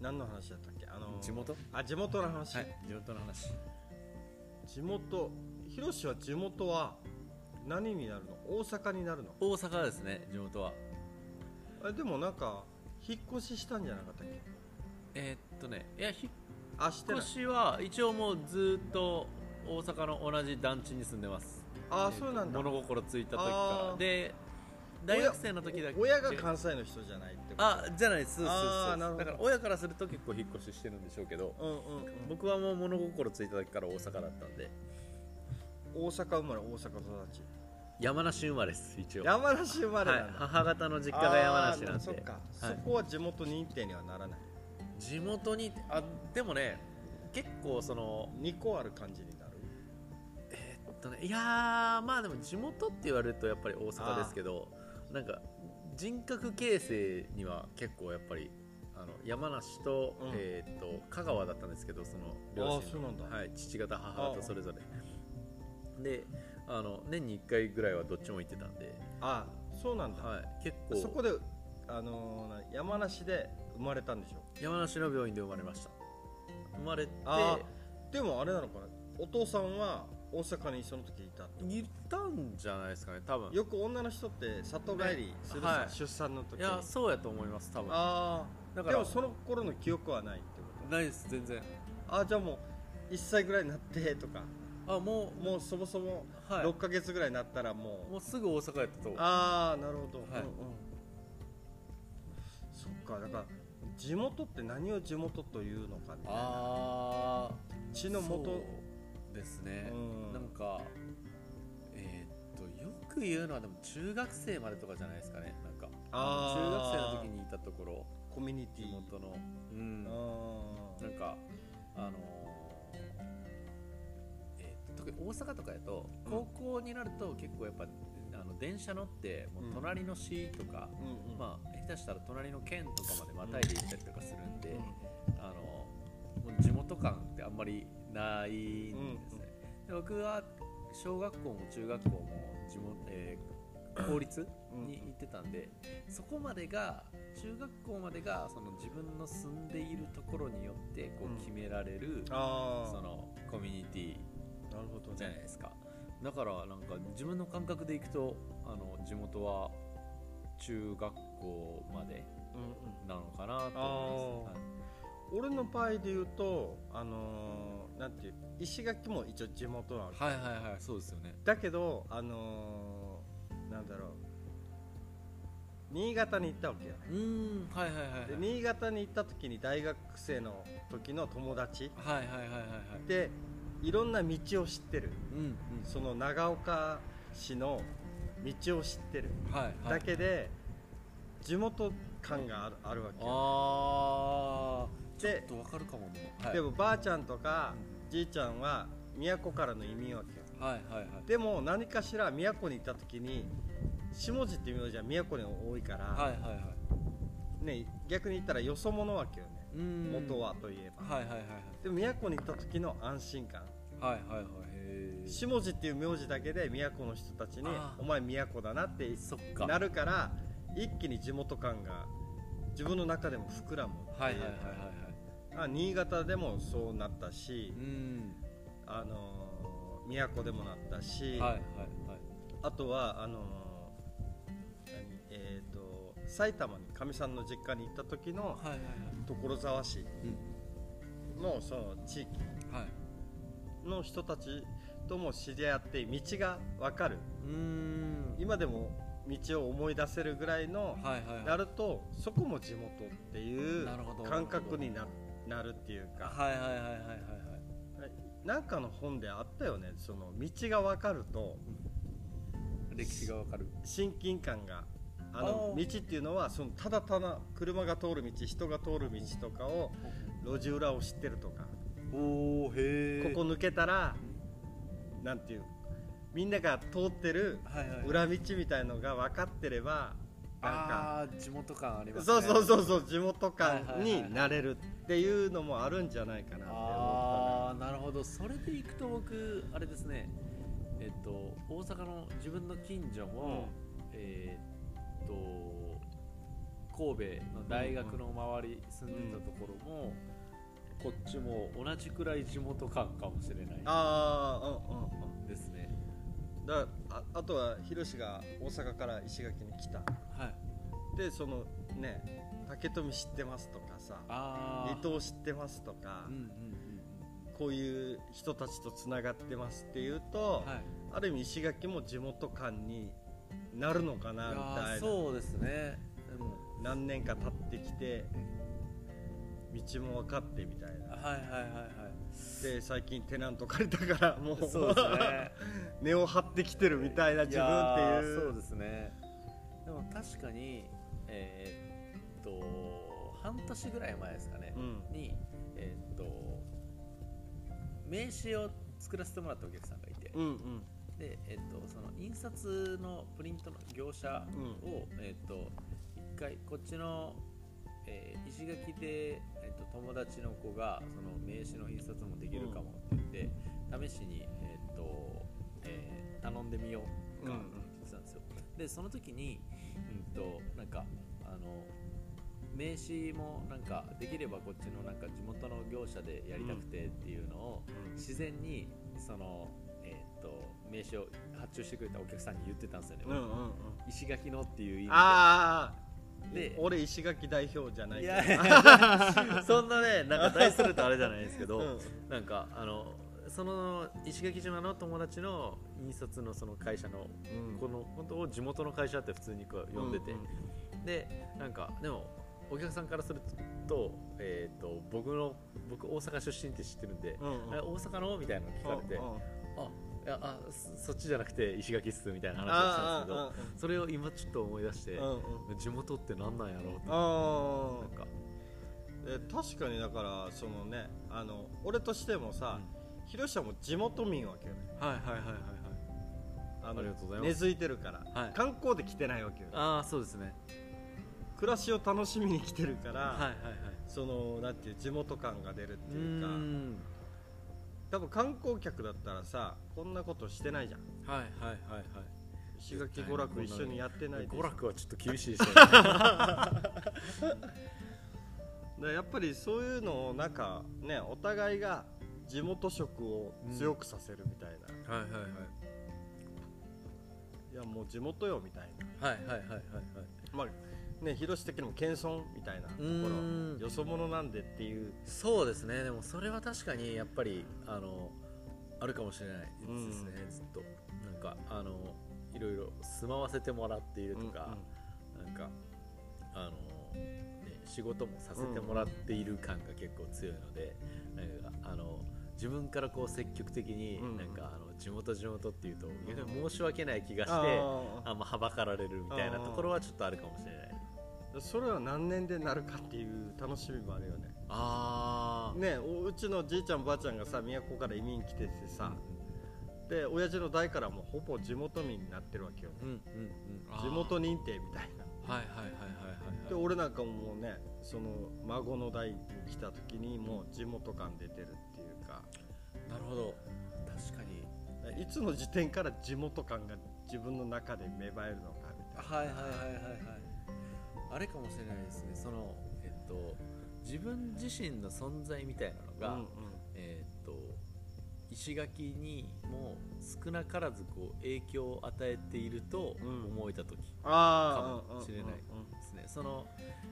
何の話だったっけあのー地元あ地元の話、はい地元の話地元ひろしは地元は何になるの大阪になるの大阪ですね地元はあでもなんか引っ越ししたんじゃなかったっけえーっとねいや引っあしてない越しは一応もうずーっと大阪の同じ団地に住んでますあそうなんだ物心ついた時かあらーで大学生の時だけ親が関西の人じゃないってことあじゃないですそうですそうあでーすなるほどだから親からすると結構引っ越ししてるんでしょうけどうんうんうん僕はもう物心ついた時から大阪だったんで大阪生まれ大阪育ち山梨生まれです一応山梨生まれなはいんだ、母方の実家が山梨なんあーでそっか、はいそこは地元認定にはならない地元にあでもね結構その2個ある感じになるえーっとねいやーまあでも地元って言われるとやっぱり大阪ですけどなんか人格形成には結構やっぱりあの山梨と,、うんえーっと香川だったんですけどその両あーそ親うなのんだはい、父方母方それぞれであの年に1回ぐらいはどっちも行ってたんで、ああそうなんだ、はい、結構そこで、あのーな山梨で生まれたんでしょ山梨の病院で生まれました生まれてあでもあれなのかなお父さんは大阪にその時いたっていたんじゃないですかね多分よく女の人って里帰りするさ、はい出産の時いにやそうやと思います多分ああだかでらもその頃の記憶はないってこないです全然とああじゃあもう1歳ぐらいになってとかあもうもうそもそもはい6ヶ月ぐらいになったらもう、もうすぐ大阪やったと思うああなるほど、はいうんうんそっかだから地元って何を地元というのかみたいなあー血の元そうですね、うんなんかえーっとよく言うのはでも中学生までとかじゃないですかねなんかあ中学ー生の時にいたところコミュニテ地ィ元のうんなんあーかあのーえーっと特に大阪とかやと高校になると結構やっぱ、あの電車乗ってもう隣の市とか、うんうんまあ、下手したら隣の県とかまでまたいで行ったりとかするんで、うんあのもう地元感ってあんまりないんですね、で僕は小学校も中学校も地元、えー公立うんに行ってたんで、そこまでが中学校までがその自分の住んでいるところによってこうんう決められる、あーそのコミュニティなるほどじゃないねですかだからなんか自分の感覚でいくとあの地元は中学校までうんうんなのかなと思います、俺の場合で言うとあのーなんていう石垣も一応地元なのはいはいはいはいそうですよねだけどあのーなんだろう新潟に行ったわけようーんはいはいはいはいで新潟に行った時に大学生の時の友達はいはいはいはいはいでいろんな道を知ってるうんうんその長岡市の道を知ってるはいはだいけで地元感があるあるわけよあーちょでっとわかるかもねはいでもばあちゃんとかうじいちゃんは都からの移民わけよはいはいはいでも何かしら都に行った時に下地って名字は都に多いから、はいはいはね、逆に言ったらよそ者わけよねいうーん元はといえば、はいはいはいでも都に行った時の安心感はいはいはいはいへー下地っていう名字だけで都の人たちにあ「ーお前都だな」ってそっかなるから一気に地元感が自分の中でも膨らむっていうかはいはいはいはいはいあ新潟でもそうなったしう、んあのー都でもなったし、はいはいはいあとはあのー何えー、と埼玉にかみさんの実家に行った時のはいはいはい所沢市のその地域はいの人たちとも知り合って道が分かるうーん今でも道を思い出せるぐらいのはいはいはいなるとそこも地元っていうなるほど感覚にななるっていうかはいはいはいはいはいはいなんかの本であったよねその道が分かると歴史がわかる親近感があのあ道ーっていうのはそのただただ車が通る道人が通る道とかを路地裏を知ってるとかおおへここ抜けたらなんていうみんなが通ってるはいはい裏道みたいのが分かってればなんかあー地元感ありますそねうそうそううそう地元感になれるっていうのもあるんじゃないかなって思ああなるほどそれでいくと僕あれですねえっと大阪の自分の近所も、えーっと神戸の大学の周り住んでたところも、こっちも同じくらい地元感かもしれないああうんうんうんですねだああとはヒロシが大阪から石垣に来たはいでそのね竹富知ってますとかさあー離島知ってますとか、うんうんこういう人たちとつながってますっていううと、んはいある意味石垣も地元感になるのかなみいやたーいなそうですねでも何年か経ってきて道も分かってみたいなはいはいはい で最近テナント借りたからもはういそうですね 根を張ってきてるみたいな自分やっていーうそうですねでも確かにえーっと半年ぐらい前ですかね、うんにえーっと名刺を作らせてもらったお客さんがいて、うんうんでえっと、その印刷のプリントの業者を、えっと、一回こっちの、えー石垣で、えっと、友達の子がその名刺の印刷もできるかもって言って試しに、えっとえー頼んでみようかって言ってたんですよ。でその時に、うん、となんかあの名刺もなんかできればこっちのなんか地元の業者でやりたくてっていうのを、自然にその、えーっと名刺を発注してくれたお客さんに言ってたんですよね、うんうんうん石垣のっていう意味でああで俺石垣代表じゃないいけどやいや そんなねなんか大するとあれじゃないですけ ど、うんなんかあのその石垣島の友達の印刷のその会社の、うんこの本当地元の会社って普通にこう呼んでて、ううでなんかでもお客さんからすると,、えーっと僕の僕大阪出身って知ってるんで、うんうんあれ大阪のみたいなの聞かれて、うんうんあいやあそそっちじゃなくて石垣っすみたいな話をしたんですけどあそれを今ちょっと思い出して、ーあーうんうん地元ってなんなんやろうってなあんかーえ確かにだからそのねあの俺としてもさ、広島も地元民わけよねはいはいはいはいはいあありがとうございます根付いてるから、はい観光で来てないわけよああそうですね暮らしを楽しみに来てるから、はいはいはいそのなんていう地元感が出るってういうかん多分観光客だったらさこんなことしてないじゃんはいはいはいはい石垣娯楽一緒にやってないでしょ娯楽はちょっと厳しい ですよねだからやっぱりそういうのをなんかねお互いが地元色を強くさせるみたいな、はいはいはいいやもう地元よみたいなはいはいはいはいはいまあね広志的にも謙遜みたいなとこうーんろよそ者なんでっていうそうですねでもそれは確かにやっぱりあのあるかもしれないですね、ずっとなんかあのいろいろ住まわせてもらっているとか、なんかあの、ね、仕事もさせてもらっている感が結構強いので、なんかあの自分からこう積極的に、うんうんなんかあの地元地元っていうと逆に申し訳ない気がして、ああんまはばかられるみたいなところはちょっとあるかもしれない。ーそれは何年でなるかっていう楽しみもあるよねあーねおうちのじいちゃんばあちゃんがさ宮古から移民来ててさで親父の代からもうほぼ地元民になってるわけようんうんうん、地元認定みたいなはいはいはいはいではい俺なんかもうねその孫の代に来た時にもう地元感出てるっていうかなるほど確かにいつの時点から地元感が自分の中で芽生えるのかみたいなはいはいはいはいはいあれかもしれないですねそのえっと自分自身の存在みたいなのが、うんうんえっと石垣にも少なからずこう影響を与えているとうん思えた時あかもしれないうんうんですね、その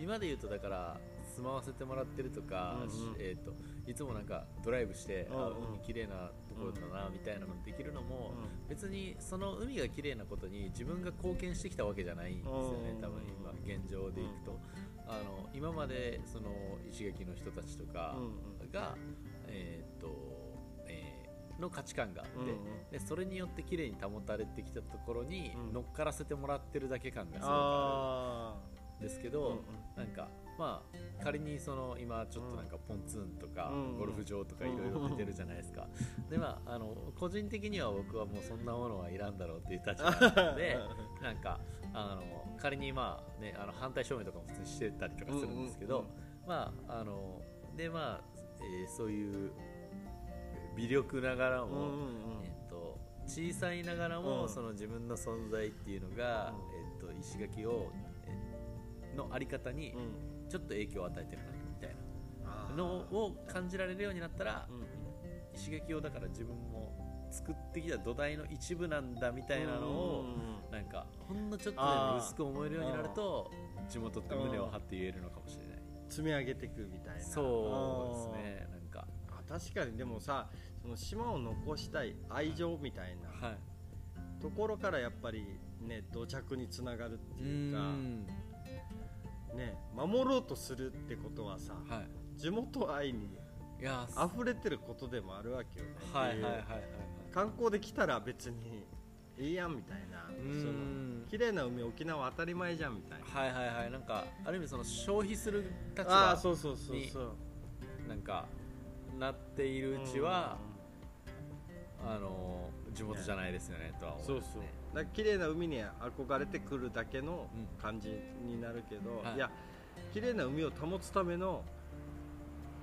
今で言うとだから住まわせてもらってるとか、うんうんしえっといつもなんかドライブして、あうんうん海綺麗なところだなみたいなのできるのも、う別にその海が綺麗なことに自分が貢献してきたわけじゃないんですよねうん多分今現状でいくと、あの今までその石垣の人たちとかんうんが、えーっとえーの価値観があって、うんうんでそれによって綺麗に保たれてきたところにうん乗っからせてもらってるだけ感がすごくああるんですけーど、うんうんなんかまあ仮にその今ちょっとなんかポンツーンとかうんゴルフ場とかいろいろ出てるじゃないですか、でまああの個人的には僕はもうそんなものはいらんだろうっていう立場なのでなんかあの仮にまあねあの反対証明とかも普通にしてたりとかするんですけど、うんうんまああのでまあ、えーそういう微力ながらうんうも、んえっと小さいながらも、うんその自分の存在っていうのが、えっと石垣をえのあり方にうんちょっと影響を与えてるなみたいあなーのを感じられるようになったらうん石垣をだから自分も作ってきた土台の一部なんだみたいなのをうんなんかほんのちょっとであもー薄く思えるようになると地元って胸を張って言えるのかもしれない積み上げていくみたいなそうですねなんかあーあ確かにでもさその島を残したい愛情みたいなはいところからやっぱりね土着につながるっていうかね守ろうとするってことはさは地元愛にいいやー溢れてることでもあるわけよねはいはいはいってはいういはい観光で来たら別にいいやんみたいなうそのん綺麗な海沖縄当たり前じゃんみたいなはいはいはいなんかある意味その消費する立ああ場ーそうそうそうにそうなんかなっているうちは、あのー地元じゃないですよねとはうん思そううそうだから綺麗な海に憧れてくるだけのうん感じになるけど、はいい、や綺麗な海を保つための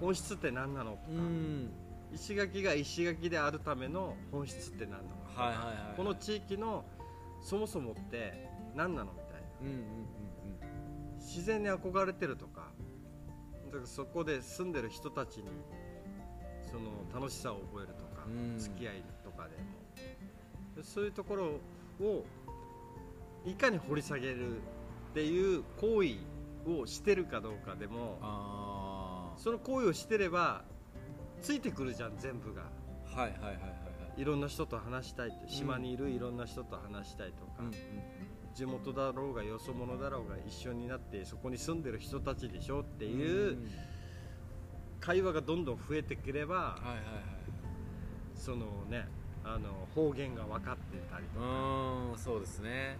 本質って何なのとか、うん石垣が石垣であるための本質って何なのか、はいはいはいはいこの地域のそもそもって何なのみたいなうんうんうん自然に憧れてるとかだからそこで住んでる人たちにその楽しさを覚えるとか、うん付き合いとかでもそういうところをいかに掘り下げるっていう行為をしてるかどうかでもあその行為をしてればついてくるじゃん全部があはいはいはいはいはいろんな人と話したいって島にいるいろんな人と話したいとか、いうん地元だろうがよそ者だろうが一緒になってそこに住んでる人たちでしょってていう会話がどんどん増えてくればはいはいはいそのねあの方言が分かってたりとうかーんそうですね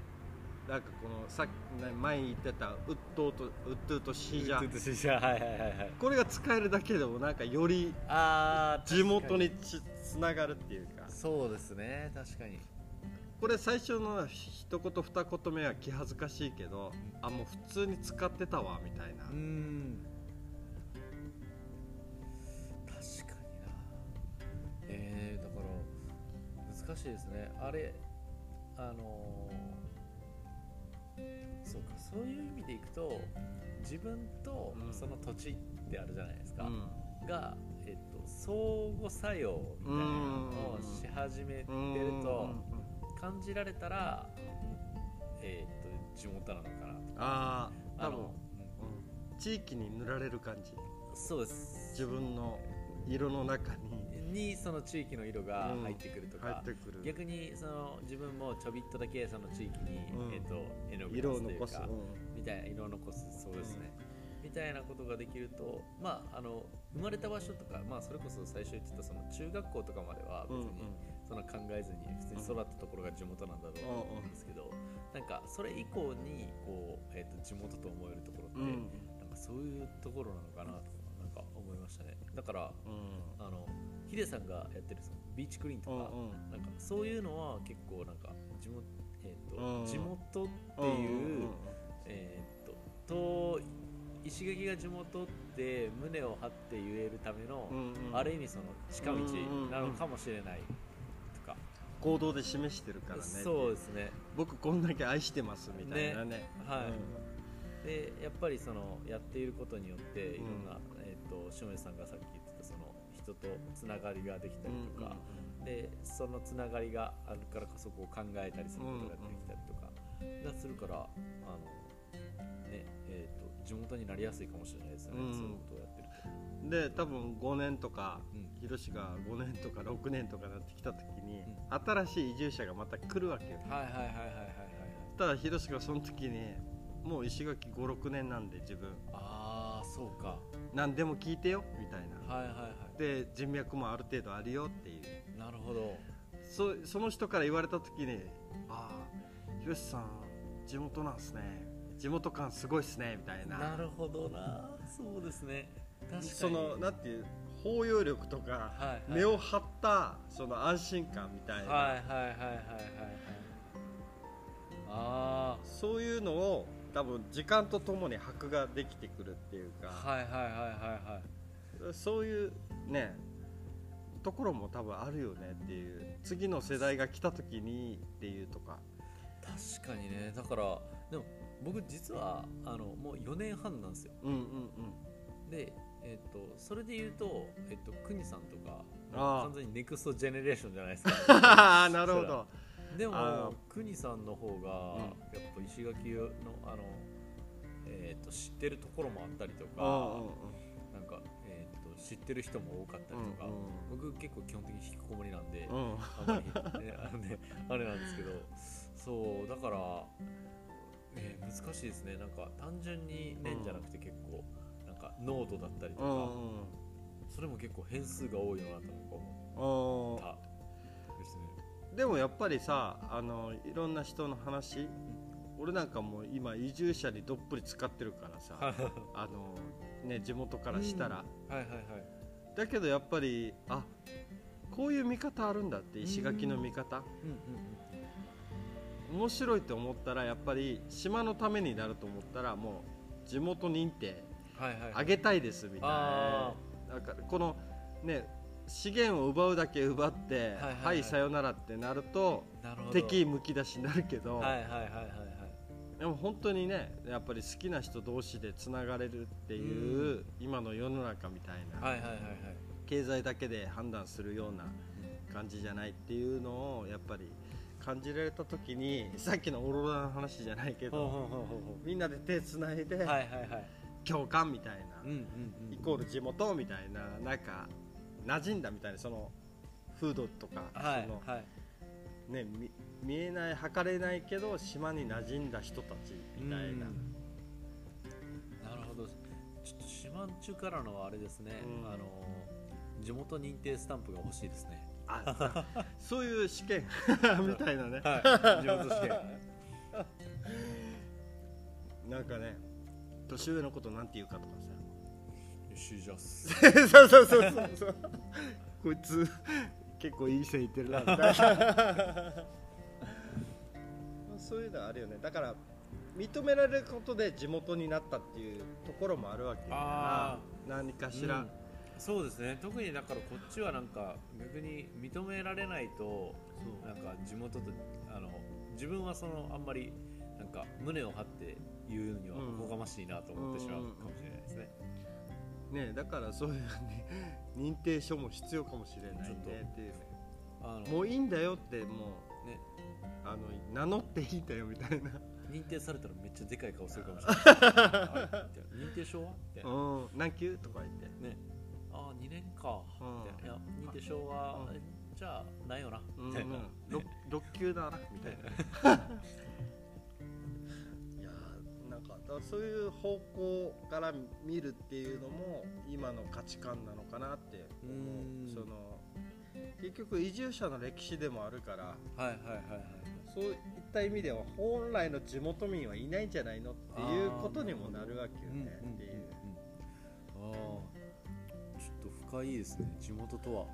なんかこのさっきね前に言ってたウッドとウッドゥとシジャちょっとしじゃ はいはいはいはいこれが使えるだけでもなんかよりああ地元にちつながるっていうかそうですね確かにこれ最初の一言二言目は気恥ずかしいけどあもう普通に使ってたわみたいなうん確かになえー、だから難しいですねあれあのーそうかそういう意味でいくと自分とうんその土地ってあるじゃないですか、うんが、えっと、相互作用みたいなのをし始めてると感じられたら、えっと地元なのかなとあああ多の分うん地域に塗られる感じうんそうです自分の色の中ににその地域の色が入ってくると入かっ、てくる逆にその自分もちょびっとだけその地域に、うんえっと絵の具色をという残す、かみたいな色を残すそうですね、みたいなことができると、まあ、あの生まれた場所とか、まあ、それこそ最初言ってたその中学校とかまではうん別にその考えずに普通に育ったところが地元なんだろうと思うんですけど、なんかそれ以降にこう、えっと地元と思えるところって、うんうんなんかそういうところなのかなとかなんか思いましたねだからうあのヒデさんがやってるそのビーチクリーンとんか,、うんなんかそういうのは結構なんか地元,、えーとうん地元っていう、えー、とと石垣が地元って胸を張って言えるための、うんうんある意味その近道なのかもしれないとか、行動で示してるからねそうですね僕こんだけ愛してますみたいなねはい、でやっぱりそのやっていることによっていろんな、うえー、と塩見さんがさっき言ってたその人とつながりができたりとか、でそのつながりがあるからこそこう考えたりすることができたりとかがするから、あのねえー、と地元になりやすいかもしれないですよね、うんそういうことをやってると。うんで多分5年とかうんひろしが5年とか6年とかなってきた時に、新しい移住者がまた来るわけよはいはいはいはいはいはいただひろしがその時にもう石垣56年なんで自分ああそうか何でも聞いてよみたいなはいはいはで人脈もある程度あるよっていういなるほどそその人から言われた時に「ああひろしさん地元なんすね地元感すごいっすね」みたいななるほどなそうですね確かにそのなんていう包容力とか、はいはい目を張ったその安心感みたいな、はいはいはいはいはいはいあそういうのを多分時間とともに箔ができてくるっていうあか、はいはいはいはいはいそういうねところも多分あるよねっていう次の世代が来た時にっていうとか確かにねだからでも僕実はあのもう4年半なんですようんうんうんで、えっとそれで言うと、えっとクニさんとかああ完全にネクストジェネレーションじゃないですかあー なるほどであも国さんの方が、やっぱ石垣のあの、えー、と知ってるところもあったりとうんかうんなんか、えー、と知ってる人も多かったりとか、僕結構基本的に引きこもりなんで、うんうんうんあんまり、ね、あのねあれなんですけどそうだから、えー難しいですねなんか単純に年じゃなくて結構、なんか濃度だったりとか、うんそれも結構変数が多いよなと僕は思うんうんったですね。でもやっぱりさあのいろんな人の話俺なんかもう今移住者にどっぷり使ってるか らさあのね地元からしたら、はいはいはいだけどやっぱりあこういう見方あるんだって石垣の見方、うんうんうん面白いと思ったらやっぱり島のためになると思ったらもう地元認定はいはいはあいげたいですみたいなあなんかこのね資源を奪うだけ奪ってはいはいはいはいさよならってなるとなるほど敵むき出しになるけど、はいはいはいはいはいでも本当にねやっぱり好きな人同士でつながれるっていう、今の世の中みたいな、はいはいはいはい経済だけで判断するような感じじゃないっていうのをやっぱり感じられた時にさっきのオーロラの話じゃないけほうほど、うほうほみんなで手つないでうはいはいはい共感みたいな、うんうんうんイコール地元みたいななんか馴染んだみたいなその風土とか、はいそのはいね、み見えない測れないけど島に馴染んだ人たちみたいな。うんなるほどちょっと島ん中からのあれですね、うんあの地元認定スタンプが欲しいですねあそういう試験 みたいなね はい地元試験なんかね年上のことなんて言うかとかシュジャスさ そうそうそうそうそうこいつ結構いい線いってるなみたい なそういうのあるよねだから認められることで地元になったっていうところもあるわけだかあら何かしうら、んそうですね特にだからこっちはなんか逆に認められないとなんか地元とあの自分はそのあんまりなんか胸を張って言うにはうんおこがましいなと思ってしまうかもしれないですね。ねだからそういうね認定書も必要かもしれないねっていうねあのもういいんだよってもう、ねあの名乗っていいんだよみたいな、認定されたらめっちゃでかい顔するかもし れないはい。みたいな認定証はみたいなうん、何級とか言ってね。ああ2年か。うんみたいないや認定証はうんえじゃあないよな。うんみたいな ね六六級だなみたい な。いやーなんかだからそういう方向から見るっていうのも今の価値観なのかなって思ううんその結局移住者の歴史でもあるからはいはいはいはい。そういった意味では本来の地元民はいないんじゃないのっていうことにもなるわけよねっていううんうんうんうんああちょっと深いですね地元とは。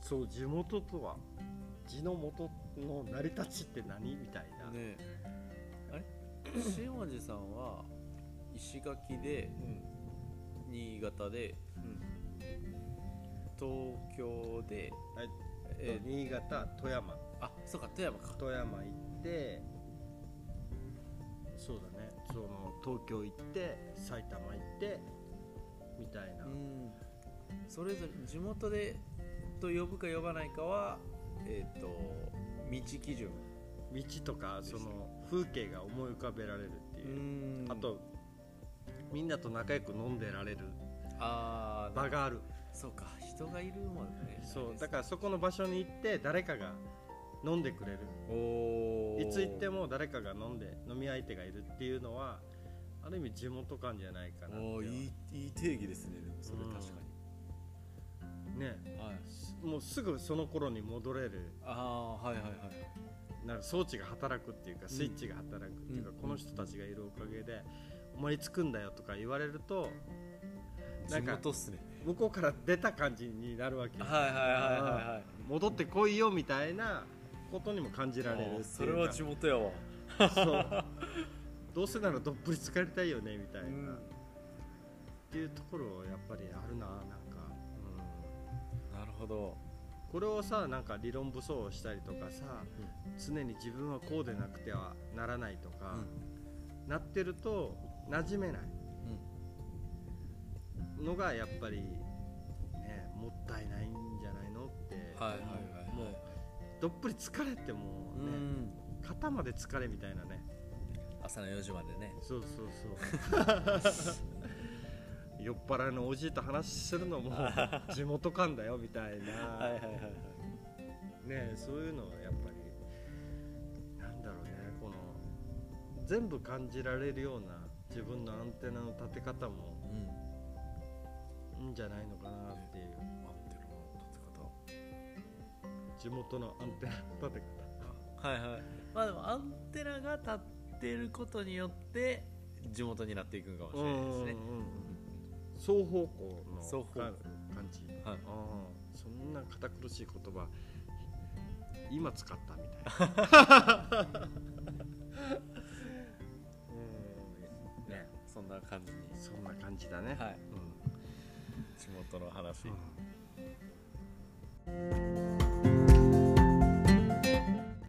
そう地元とは地の元の成り立ちって何みたいな、ねあれ塩味さんは石垣でうん新潟でうん東京で、はいえー新潟富山あそうか富山か富山行ってそうだねその東京行って埼玉行ってみたいな、うんそれぞれ地元でと呼ぶか呼ばないかはえっ、と道基準道とかその風景が思い浮かべられるっていんう、あとみんなと仲良く飲んでられるあー場があるそうか人がいるもんねそうだからそこの場所に行って誰かが飲んでくれるらおーいつ行っても誰かが飲んで飲み相手がいるっていうのはある意味地元感じゃないかなっておーいいいい定義ですねでもそれうん確かねに、はい、すもうすぐその頃に戻れるああーはいはいはいなんか装置が働くっていうかスイッチが働くっていうか、うんこの人たちがいるおかげで「お前いつ来んだよ」とか言われるとな地んか元っすね向こうから出た感じになるわけよはいはいはいはいはい戻ってこいよみたいなことにも感じられるっていうかそれは地元やわ、そうどうせならどっぷり疲れたいよねみたいな、うんっていうところはやっぱりあるななんか、うなるほどん、これをさなんか理論武装をしたりとかさ、常に自分はこうでなくてはならないとか、うんなってると馴染めないうんのがやっぱり、ね、もったいないんじゃないのって、はいはいはいはいもうどっぷり疲れてもううね、ん肩まで疲れみたいなね朝の4時までねそうそうそう 酔っ払いのおじいと話する のも地元感だよみたいな、はいはいねそういうのはやっぱりなんだろうねこの全部感じられるような自分のアンテナの立て方もうんいいんじゃないのかなっていう待ってる立地元のアンテナの立て方て方はいはいまあでもアンテナが立ってることによって地元になっていくのかもしれないですねうんうんうん双方向の双方向か感じはいああそんな堅苦しい言葉今使ったみた いなうんねそんな感じにそんな感じだね、はいうん地元の話うん